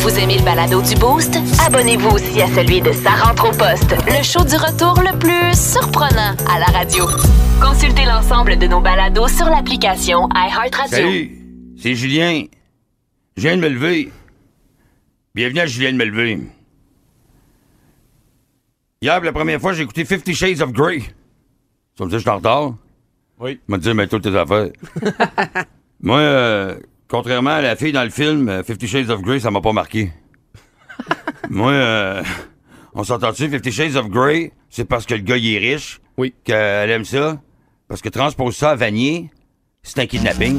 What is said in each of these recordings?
Vous aimez le balado du Boost? Abonnez-vous aussi à celui de Sa rentre au poste, le show du retour le plus surprenant à la radio. Consultez l'ensemble de nos balados sur l'application iHeartRadio. Salut, c'est Julien. Je viens de me lever. Bienvenue à Julien de me lever. Hier, pour la première fois, j'ai écouté Fifty Shades of Grey. Tu vas me dire, je suis en retard? Oui. Tu vas me dire, mais toutes tes affaires. Moi, euh, contrairement à la fille dans le film, euh, Fifty Shades of Grey, ça m'a pas marqué. Moi, euh, on s'entend-tu, Fifty Shades of Grey, c'est parce que le gars, il est riche. Oui. Qu'elle aime ça. Parce que transpose ça à Vanier, c'est un kidnapping.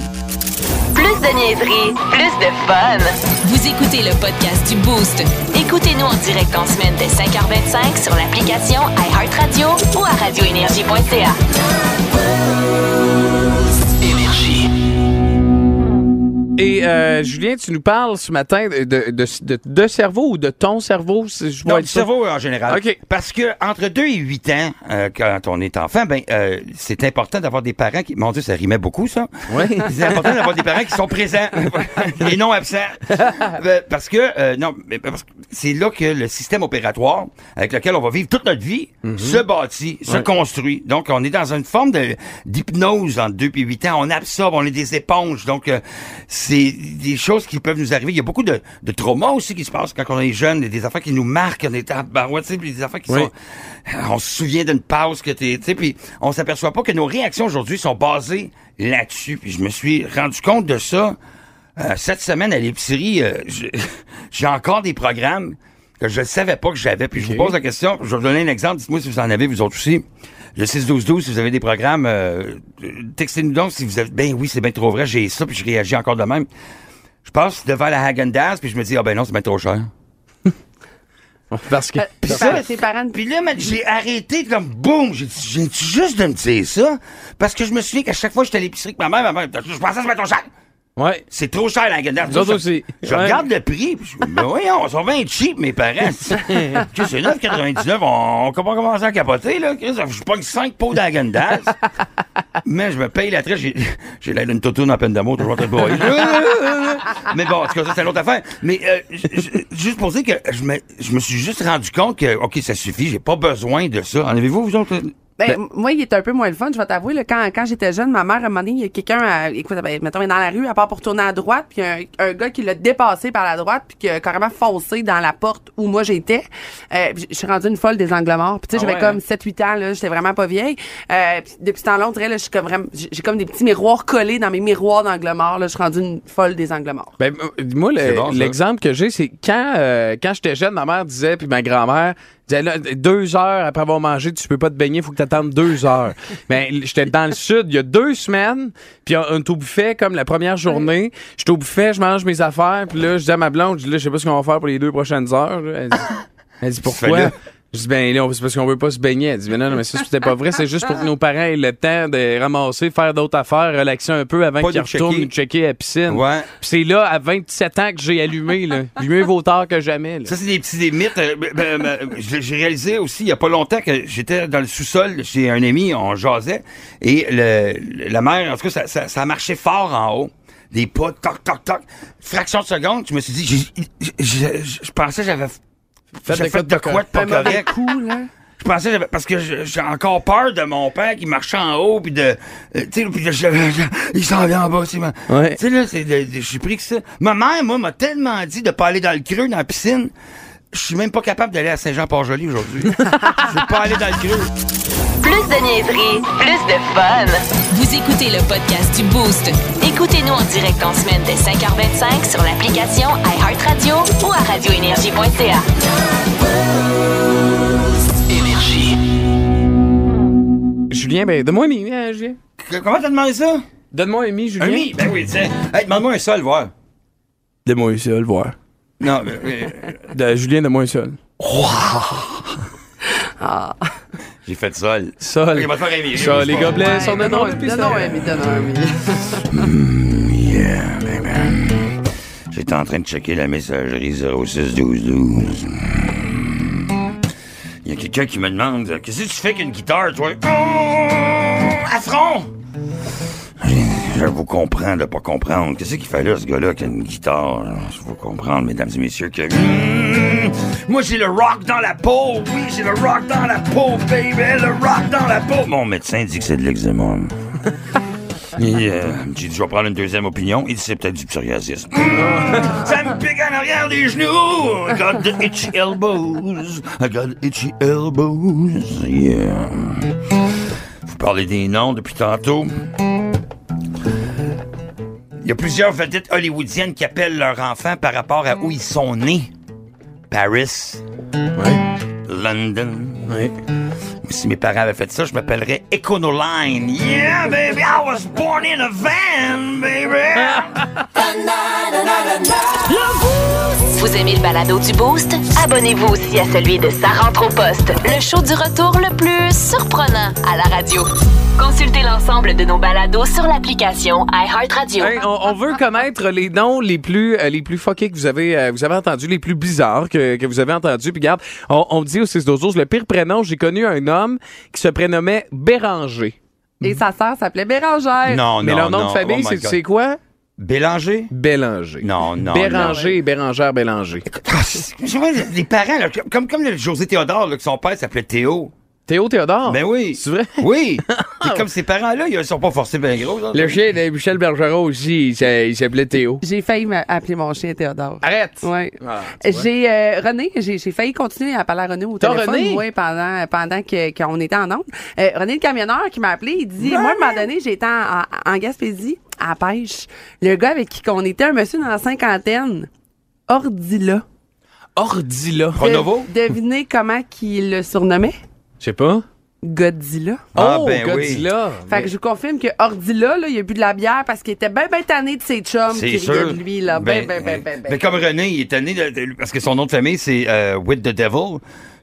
Plus de niaiserie, plus de fun. Vous écoutez le podcast du Boost. Écoutez-nous en direct en semaine dès 5h25 sur l'application iHeartRadio ou à radioénergie.ca. Et euh, Julien, tu nous parles ce matin de, de, de- de cerveau ou de ton cerveau, si je Non, vois du cerveau en général. OK. Parce que entre 2 et 8 ans, euh, quand on est enfant, ben euh, c'est important d'avoir des parents qui. Mon Dieu, ça rimait beaucoup, ça. Oui. C'est important d'avoir des parents qui sont présents et non absents. Euh, parce que euh, non, mais parce que c'est là que le système opératoire avec lequel on va vivre toute notre vie se bâtit, se construit. Donc on est dans une forme de d'hypnose entre 2 et 8 ans, on absorbe, on est des éponges. Donc euh, c'est des choses qui peuvent nous arriver. Il y a beaucoup de, de traumas aussi qui se passent quand on est jeune, des affaires qui nous marquent, on est en barouette, tu sais, puis des affaires qui Oui. sont euh, on se souvient d'une pause que t'es, tu sais, puis on s'aperçoit pas que nos réactions aujourd'hui sont basées là-dessus. Puis je me suis rendu compte de ça euh, cette semaine à l'épicerie. euh, je- j'ai encore des programmes que je savais pas que j'avais. Puis je vous pose la question. Je vais vous donner un exemple. Dites-moi si vous en avez vous autres aussi. Le 6 12 12 si vous avez des programmes, euh, textez-nous donc si vous avez. Ben oui, c'est bien trop vrai. J'ai ça puis je réagis encore de même. Je passe devant la Häagen-Dazs puis je me dis ah ben non c'est bien trop cher. Parce que. Puis Par- ça, tes parents- Puis là, man, j'ai arrêté, comme boum, j'ai dit, j'ai juste de me dire ça, parce que je me souviens qu'à chaque fois que j'étais à l'épicerie avec ma mère, ma mère, je pensais que c'était trop cher. Ouais. C'est trop cher, la gueule. Nous autres aussi. Je Ouais. regarde le prix, puis je me dis, ben voyons, ils sont bien cheap, mes parents. Que c'est 9,99, on, on commence commencer à capoter, là. Chris, Je pogne 5 pots d'Agendaz. Mais je me paye la traite, j'ai j'ai l'air d'une toutoune en peine d'amour, toujours très bourré. Mais bon, en tout cas, ça, c'est une autre affaire. Mais euh, j- j- juste pour dire que je me, je me suis juste rendu compte que, OK, ça suffit, j'ai pas besoin de ça. En avez-vous, vous autres? Ben, m- moi, il est un peu moins le fun, je vais t'avouer. là, Quand, quand j'étais jeune, ma mère, à un moment donné, il y a quelqu'un, à- écoute, ben, mettons, il est dans la rue, à part pour tourner à droite, puis il y a un, un gars qui l'a dépassé par la droite, puis qui a carrément foncé dans la porte où moi j'étais. Euh, puis je suis rendue une folle des angles morts. Puis tu sais, Ah j'avais ouais, comme hein? 7-8 ans, là, j'étais vraiment pas vieille. Euh, puis depuis ce temps-là, on dirait, là, je suis comme vraiment, j'ai j'ai comme des petits miroirs collés dans mes miroirs d'angles morts, là, je suis rendue une folle des angles morts. Ben, m- moi, le- C'est bon, ça. l'exemple que j'ai, c'est quand, euh, quand j'étais jeune, ma mère disait, puis ma grand-mère disait, là, deux heures après avoir mangé, tu peux pas te baigner, faut que tu attendes deux heures. Mais j'étais dans le sud il y a deux semaines, puis on, on est au buffet comme la première journée. J'étais au buffet, je mange mes affaires, puis là, je dis à ma blonde, je dis, là, je sais pas ce qu'on va faire pour les deux prochaines heures. là. Elle dit, elle Fais-le. dit, pourquoi? Je dis, ben là, on- c'est parce qu'on veut pas se baigner. Elle dit, ben non, non, mais ça, c'était pas vrai. C'est juste pour que nos parents aient le temps de ramasser, faire d'autres affaires, relaxer un peu avant Pas qu'ils nous checker. retournent nous checker à la piscine. Ouais. Puis c'est là, à 27 ans, que j'ai allumé. Là. Puis mieux vaut tard que jamais. là. Ça, c'est des petits des mythes. Euh, ben, ben, ben, J'ai j'ai réalisé aussi, il n'y a pas longtemps, que j'étais dans le sous-sol chez un ami, on jasait, et le, le- la mer, en tout cas, ça, ça, ça marchait fort en haut. Des pas, toc, toc, toc. Fraction de seconde, je me suis dit, j'ai- j'ai- je je pensais que j'avais Faites j'ai de quoi fait de de quoi de pas Un mauvais correct. coup, là. Je pensais, que j'avais- parce que je- j'ai encore peur de mon père qui marchait en haut, puis de, euh, tu sais, puis de- je- je- il s'en vient en bas, c'est ma- Ouais. Tu sais, là, c'est de- de- je suis pris que ça. Ma mère, moi, m'a tellement dit de pas aller dans le creux, dans la piscine. Je suis même pas capable d'aller à Saint-Jean-Port-Joli aujourd'hui. Je veux pas aller dans le creux. Plus de niaiserie, plus de fun. Vous écoutez le podcast du Boost. Écoutez-nous en direct en semaine dès 5h25 sur l'application iHeartRadio ou à radioénergie.ca. Julien, ben donne-moi un mi, hein, Julien. Que- Comment t'as demandé ça? Donne-moi un mi, Julien. Un mi? Ben oui, tiens. Hey, demande-moi un sol, voir. Donne-moi un seul, voir. Non, ben, euh, De, Julien, donne-moi un seul. j'ai fait sol. Sol. Ok, on va te faire un mi. Sol, les gobelets sont de Donne-nous nos un- donne-nous Ben, un, mais donne-nous un, mais- J'étais en train de checker la messagerie 061212. Il y a quelqu'un qui me demande Qu'est-ce que tu fais qu'une guitare, toi Oh À front J'ai- Je vous comprends de pas comprendre. Qu'est-ce qu'il fallait, ce gars-là, qui a une guitare? là? Je vous comprendre, mesdames et messieurs, que... Mm, moi, j'ai le rock dans la peau! Oui, j'ai le rock dans la peau, baby! Le rock dans la peau! Mon médecin dit que c'est de l'eczéma. Il, euh, j'ai dit, je vais prendre une deuxième opinion. Il dit, c'est peut-être du psoriasis. Mm, ça me pique en arrière des genoux. I got the itchy elbows. I got the itchy elbows. Yeah. Vous parlez des noms depuis tantôt. Il y a plusieurs vedettes hollywoodiennes qui appellent leurs enfants par rapport à où ils sont nés. Paris, London, Oui. si mes parents avaient fait ça, je m'appellerais Econoline. Yeah, baby, I was born in a van, baby. Vous aimez le balado du Boost? Abonnez-vous aussi à celui de Sa rentre au poste, le show du retour le plus surprenant à la radio. Consultez l'ensemble de nos balados sur l'application iHeartRadio. Hey, on, on veut connaître les noms les plus euh, les plus fuckés que vous avez euh, vous avez entendus, les plus bizarres que, que vous avez entendus. Puis regarde, on, on me dit au 6 12 le pire prénom, j'ai connu un homme qui se prénommait Béranger. Et sa sœur s'appelait Bérangère. Non, non, Mais leur nom non. de famille, Oh my c'est God. c'est quoi? Bélanger? Bélanger. Non, non, Béranger et Bérangère Bélanger. Ah, c'est- je vois les parents, là, comme, comme le José Théodore, là, que son père s'appelait Théo. Théo Théodore. Ben oui. C'est vrai? Oui. Puis comme ces parents-là, ils sont pas forcés bien gros. hein. là. Le chien de Michel Bergeron aussi, il s'a- il s'appelait Théo. J'ai failli m'appeler mon chien Théodore. Arrête! Ouais. Ah, tu vois. j'ai euh, René, j'ai j'ai failli continuer à parler à René au T'as téléphone René? ouais, pendant pendant que qu'on était en onde. Euh, René le camionneur qui m'a appelé, il dit moi à un moment donné, j'étais en, en- en Gaspésie à la pêche. Le gars avec qui qu'on était un monsieur dans la cinquantaine, Ordila. Ordila. Pronovo? De- Devinez comment qu'il le surnommait Je sais pas. Godzilla. Ah, oh, ben oui. Godzilla. Fait que je vous confirme que Ordila, là, il a bu de la bière parce qu'il était ben ben tanné de ses chums qui C'est sûr. riaient de lui, là. Ben, ben, ben, ben, ben. Mais comme René, il est tanné de- de- parce que son nom de famille, c'est euh, With the Devil.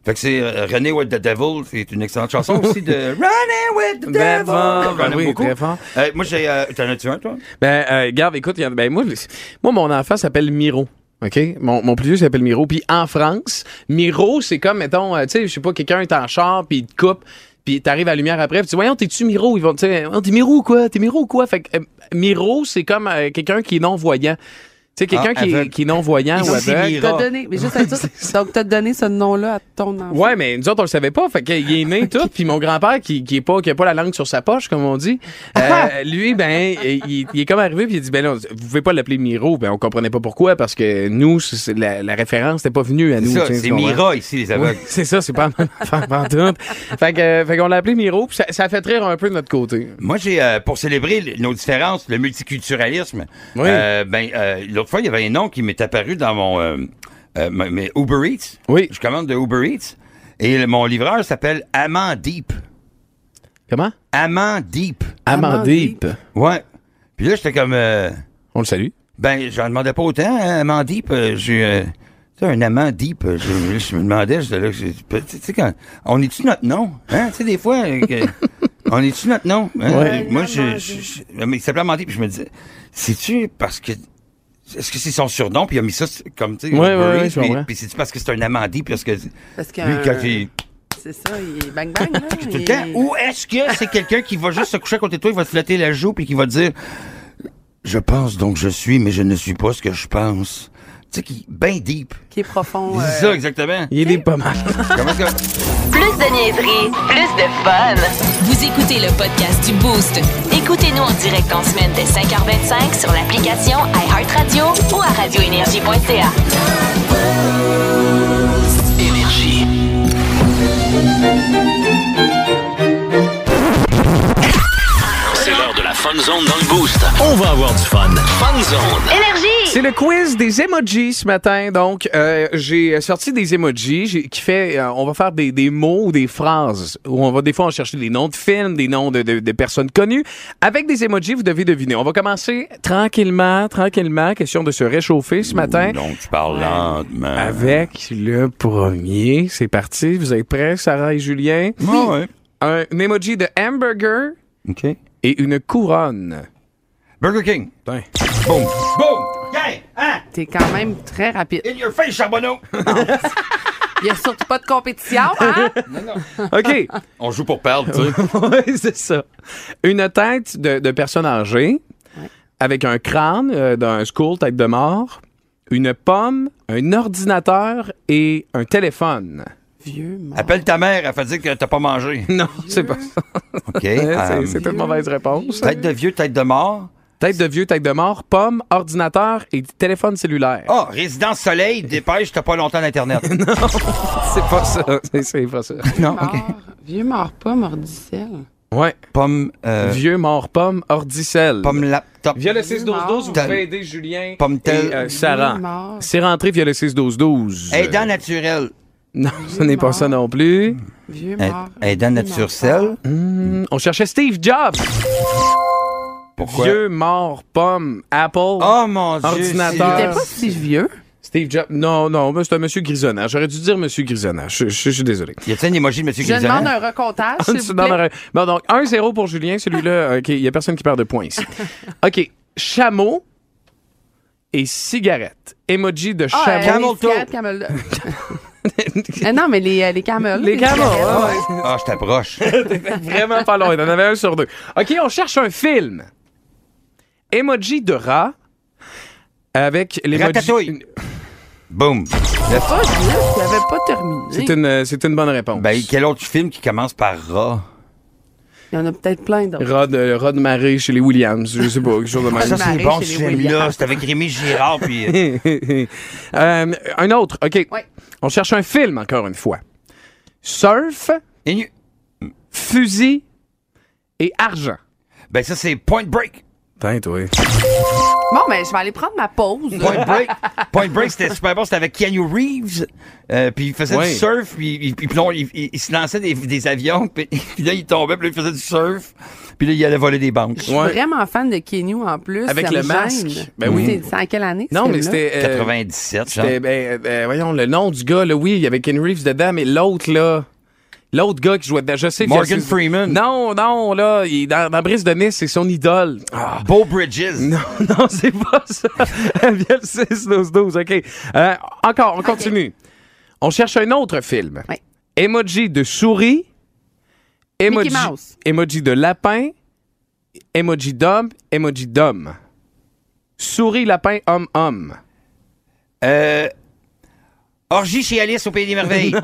Fait que c'est euh, René with the Devil. C'est une excellente chanson aussi de René with the Ben, Devil. Devil. Qu'on aime Oui, Ben, beaucoup. très fort. Euh, moi, j'ai. euh, T'en as-tu un, toi? Ben, euh, garde, écoute, il y en- ben, moi, le- moi, mon enfant s'appelle Miro. OK? Mon, mon plus vieux s'appelle Miro. Puis en France, Miro, c'est comme, mettons, euh, tu sais, je sais pas, quelqu'un est en char, puis il te coupe, puis t'arrives à la lumière après, puis tu dis, voyons, t'es-tu Miro? Ils vont, tu sais, Oh, t'es Miro ou quoi? T'es Miro ou quoi? Fait que euh, Miro, c'est comme euh, quelqu'un qui est non-voyant. Tu sais, quelqu'un Ah, qui, est- aveugle. qui est non-voyant Ici, ou aveugle. Miro. T'as donné, mais juste à dire, donc t'as donné ce nom-là à ton enfant. Ouais, mais nous autres, on le savait pas. Fait qu'il est né tout. Puis mon grand-père, qui, qui, est pas, qui a pas la langue sur sa poche, comme on dit, euh, lui, ben, il, il est comme arrivé, puis il a dit, ben non, vous pouvez pas l'appeler Miro. Ben, on comprenait pas pourquoi, parce que nous, c'est- c'est la, la référence n'était pas venue à nous. C'est ça, tu sais, c'est tu comprends? Mira ici, les Ouais, aveugles. c'est ça, c'est pas la même affaire pantoute. Fait que, euh, fait qu'on l'a appelé Miro, puis ça, ça fait rire un peu de notre côté. Moi, j'ai, euh, pour célébrer l- nos différences, le multiculturalisme, Oui. euh, ben, euh, l'autre fois, il y avait un nom qui m'est apparu dans mon euh, euh, m- mes Uber Eats. Oui. Je commande de Uber Eats. Et le- mon livreur s'appelle Amand Deep. Comment? Amand Deep. Amandip. Ouais. Puis là, j'étais comme... euh, On le salue. ben, j'en demandais pas autant. hein, Amand Deep, euh, j'ai... euh, tu sais, un amant deep, euh, je, je me demandais, j'étais là, je- tu sais, quand, on est-tu notre nom? Hein? Tu sais, des fois, euh, que- on est-tu notre nom? Hein? Ouais. Moi, je, je- je- mais il s'appelait Amand Deep, puis je me disais, c'est-tu parce que, est-ce que c'est son surnom, puis il a mis ça c'est comme, tu sais, Ouais, Uber ouais, ouais, Eats, je puis, comprends. puis c'est-tu parce que c'est un amant deep, parce que, Parce que lui, quand il, c'est ça, il est bang bang. Là, tout le il- temps. Ou est-ce que c'est quelqu'un qui va juste se coucher à côté de toi, il va te flatter la joue puis qui va te dire Je pense donc je suis, mais je ne suis pas ce que je pense. Tu sais, qui ben deep. qui est profond. C'est euh, ça exactement. Il est des pas mal. Comment ça? Plus de niaiserie, plus de fun. Vous écoutez le podcast du Boost. Écoutez-nous en direct en semaine dès 5h25 sur l'application iHeartRadio ou à radioénergie.ca. C'est l'heure de la Fun Zone dans le Boost. On va avoir du fun. Fun Zone. Énergie! C'est le quiz des emojis ce matin. Donc, euh, j'ai sorti des emojis j'ai- qui fait, euh, on va faire des, des mots ou des phrases où on va des fois en chercher des noms de films, des noms de, de- de personnes connues. Avec des emojis, vous devez deviner. On va commencer tranquillement, tranquillement, question de se réchauffer ce matin. Donc tu parles lentement. Avec le premier, c'est parti. Vous êtes prêts, Sarah et Julien? Ah ouais. Un, un emoji de hamburger OK. et une couronne. Burger King. Putain. Boom. Boom. Yeah. Hein? T'es quand même très rapide. In your face, Charbonneau. Il y a surtout pas de compétition, hein? Ah! OK. On joue pour perdre, tu sais. oui, c'est ça. Une tête de, de personne âgée, avec un crâne euh, d'un school tête de mort, une pomme, un ordinateur et un téléphone. Vieux, mort. Appelle ta mère, elle fait dire que t'as pas mangé. Non, c'est pas ça. OK. C'est- euh, C'était une mauvaise réponse. tête de vieux, tête de mort. Tête de vieux, tête de mort, pomme, ordinateur et téléphone cellulaire. Ah, résidence soleil, dépêche, t'as pas longtemps d'Internet. C'est pas ça. C'est- C'est pas ça. non, OK. Vieux mort pas, mordicelle. Ouais. Pomme, euh, Vieux, mort, pomme, ordicelle. pomme laptop. Via le vous 6-12-12, Tel- pouvez aider Julien Pomme telle. et euh, Sarah. Vieux mort. C'est rentré via le 6-12-12. Aidant naturel. Non, ce n'est pas ça non plus. Vieux mort. Aid- Aidant Vieux naturel. mort. Hmm, on cherchait Steve Jobs. Pourquoi? Vieux, mort, pomme, Apple. Ah! Oh mon dieu. Ordinateur. T'es pas si vieux. Steve Jobs. Non, non, mais c'est un monsieur grisonnant. J'aurais dû dire monsieur grisonnant. Je, je- je suis désolé. Y a-t-il une émoji de M. Je Grisonnant? demande un recomptage, s'il vous Non, plaît. non, non, donc 1-0 pour Julien, celui-là. OK, il n'y a personne qui perd de points ici. OK, chameau et cigarette. Emoji de Ah, euh, chameau. Camel les cigarettes, toe. camel- Eh non, mais les, euh, les camels. Les camels, ouais, ouais. Ah, je t'approche. Vraiment pas loin. Il en avait un sur deux. OK, on cherche un film. Emoji de rat avec l'emoji. Ratatouille. Boum. Ah, je disais, tu n'avais pas terminé. C'est une, c'est une bonne réponse. Ben, quel autre film qui commence par rat? Il y en a peut-être plein d'autres. Rod, euh, Rod Marais chez les Williams, je sais pas, quelque chose de Ah, même. ça, c'est Marais bon, chez ce les film-là. Williams. C'est avec Rémi Girard, puis... euh, Euh, un autre, OK. Ouais. On cherche un film, encore une fois. Surf, Inu- fusil et argent. Ben, ça, c'est Point Break. Putain, toi. Bon, ben, je vais aller prendre ma pause. Point Break. Point Break, c'était super bon. C'était avec Keanu Reeves. Euh, puis il faisait Ouais. du surf, puis, il- puis, puis là, il, il- il se lançait des, des avions, puis, puis là, il tombait, puis là, il faisait du surf, puis là, il allait voler des banques. Je suis Ouais. vraiment fan de Kenyu en plus. Avec ça le me masque. gêne. Ben oui. C'est- C'est en quelle année? ce Non, mais film-là? c'était. euh, 97, genre. c'était, ben, euh, voyons, le nom du gars, là, oui, il y avait Ken Reeves dedans, mais l'autre, là. L'autre gars qui jouait dedans, je sais. que- Morgan Freeman. Non, non, là, il est dans, dans Brise de Nice, c'est son idole. Ah, Beau Bridges. Non, non, c'est pas ça. Via le 6, 12, 12. OK. Euh, encore, on continue. On cherche un autre film. Ouais. Emoji de souris. Emoji, Mouse. emoji de lapin. Emoji d'homme. Emoji d'homme. Souris, lapin, homme, homme. Euh, Orgie chez Alice au Pays des Merveilles.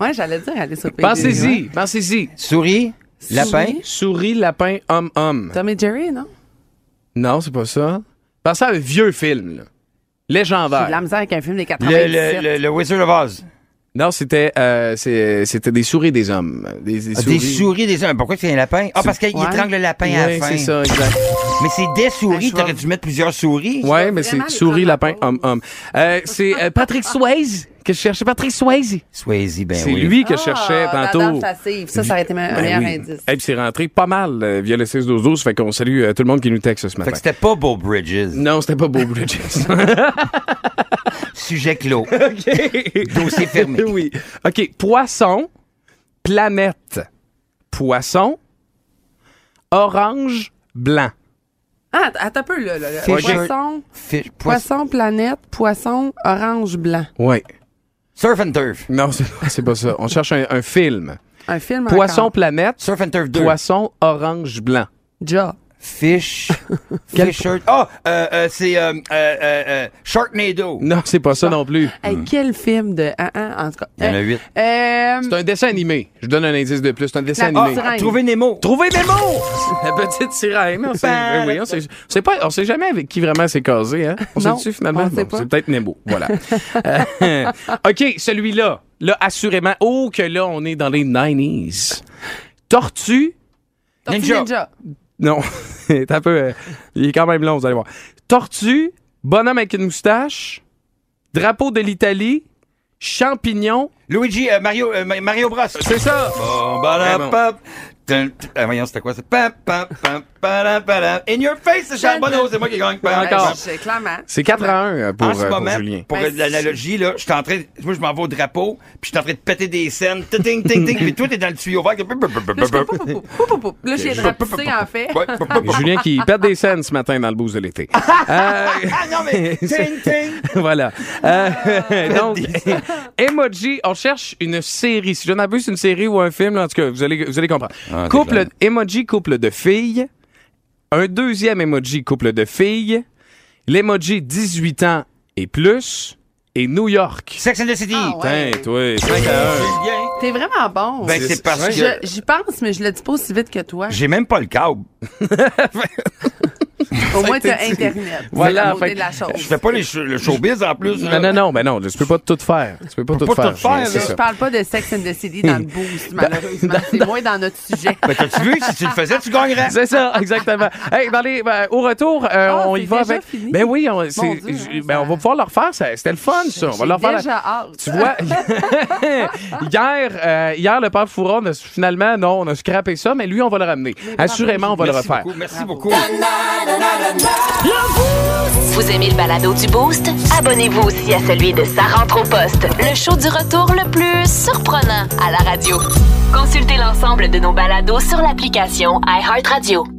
Ouais, j'allais dire aller sur Pensez-y, pensez-y. Souris, lapin. Souris. Souris, lapin, homme, homme. Tom et Jerry, non? Non, c'est pas ça. Pensez à un vieux film, là. J'ai de la Légendaire. misère avec un film des Le, 97. le, le, le Wizard of Oz. Non, c'était euh, c'est- c'était des souris des hommes. Des, des Ah, Des souris, des hommes. Pourquoi c'est un lapin? Ah, parce qu'il Ouais. étrangle le lapin à la Oui, fin. c'est ça, exact. Mais c'est des souris, Un cheval. t'aurais dû mettre plusieurs souris. Ouais, mais vraiment c'est les souris, prendre en lapin, homme, homme. Euh, c'est euh, Patrick Swayze que je cherchais. Patrick Swayze. Swayze, ben C'est oui. lui que je Ah, cherchais la tantôt. danse lascive. Ça, ça aurait été un Ben meilleur oui. indice. Et puis c'est rentré pas mal euh, via le 6-12-12. Fait qu'on salue euh, tout le monde qui nous texte ce Fait matin. que c'était pas Beau Bridges. Non, c'était pas beau, Blue Jays. Sujet clos. Dossier fermé. oui. OK. Poisson, planète. Poisson, orange, blanc. Ah, attends un peu, là. là, là. Fisher. Poisson, Fish- poisson. poisson, planète, poisson, orange, blanc. Ouais. Surf and Turf. Non, c'est c'est pas ça. On cherche un, un film. Un film Poisson, encore. planète. Surf and Turf 2. Poisson, orange, blanc. Ja. Fish. Fisher. Ah, euh, euh, c'est euh, euh, euh, euh, Sharknado. Non, c'est pas ça non plus. Hey, quel film de... Ah, ah, en tout cas. Il y en a huit. Euh, C'est un dessin animé. Je donne un indice de plus. C'est un dessin La animé. petite sirène. Trouver Nemo. Trouvez des mots! La petite sirène. On sait, ben oui, on sait, on sait pas, on sait jamais avec qui vraiment c'est casé. Hein? On Non, sait-tu finalement? on sait Bon, pas. c'est peut-être Nemo. Voilà. Euh, OK, celui-là. Là, assurément. Oh, que là, on est dans les 90s. Tortue. Tortue Ninja. Non, c'est un peu. euh, il est quand même long, vous allez voir. Tortue, bonhomme avec une moustache, drapeau de l'Italie, champignon. Luigi, euh, Mario, euh, Ma- Mario Bros. C'est ça! Bon, ba da, Très bon. pap. Tum, tum. Ah, voyons, c'était quoi ça? Pam, pam, pam, pa da, pa da. In your face, c'est Charles Bonneau, c'est moi qui gagne. Pam, Encore. pam. C'est clairement. C'est 4 à 1 pour, en ce euh, pour moment, Julien. pour, Ben, l'analogie, là, je suis en train, de- moi, je m'en vais au drapeau, puis je suis en train de péter des scènes, ting, ting, ting, ting, puis toi, t'es dans le tuyau vert. Là, je fais pou, pou, pou, pou, pou, pou. Là, j'ai rapetissé, en fait. Ouais. Et Julien qui pète des scènes ce matin dans le boost de l'été. Euh, Ah non, mais ting, ting. voilà. Euh, donc, emoji, on cherche une série. Si j'en abuse, une série ou un film, là, en tout cas, vous allez, vous allez comprendre. Ah, t'es couple, clair. emoji, couple de filles, Un deuxième emoji couple de filles. L'emoji 18 ans et plus. Et New York. Sex and the City. Ah ouais. Putain, toi, cinq à un. C'est bien. T'es vraiment bon. Ben, c'est parce Je- que J'y pense, mais je le dis pas aussi vite que toi. j'ai même pas le câble. Au moins, t'as Internet. Voilà, C'est le côté fait- de la chose. Je fais pas les show- le showbiz en plus. là. Non, non, non, ben non, tu peux pas tout faire. Tu peux pas tout pas faire. tout faire, c'est là. Je ça. parle pas de Sex and the City dans le boost, malheureusement. C'est moins dans notre sujet. Ben, t'as-tu vu? Si tu le faisais, tu gagnerais. C'est ça, exactement. Hey, Marley, ben, au retour, euh, Ah, on y c'est va déjà avec. fini? Ben oui, on, c'est- Dieu, hein, j- ben, ça- on va pouvoir leur faire. ça. C'était le fun, ça. On va leur faire. la- Déjà hâte. Tu vois, hier, euh, hier, le père Fouron, on a- finalement, non, on a scrappé ça, mais lui, on va le ramener. Assurément, on va le Merci refaire. beaucoup. Merci beaucoup. Vous aimez le balado du Boost? Abonnez-vous aussi à celui de Sa rentre au poste, le show du retour le plus surprenant à la radio. Consultez l'ensemble de nos balados sur l'application iHeartRadio.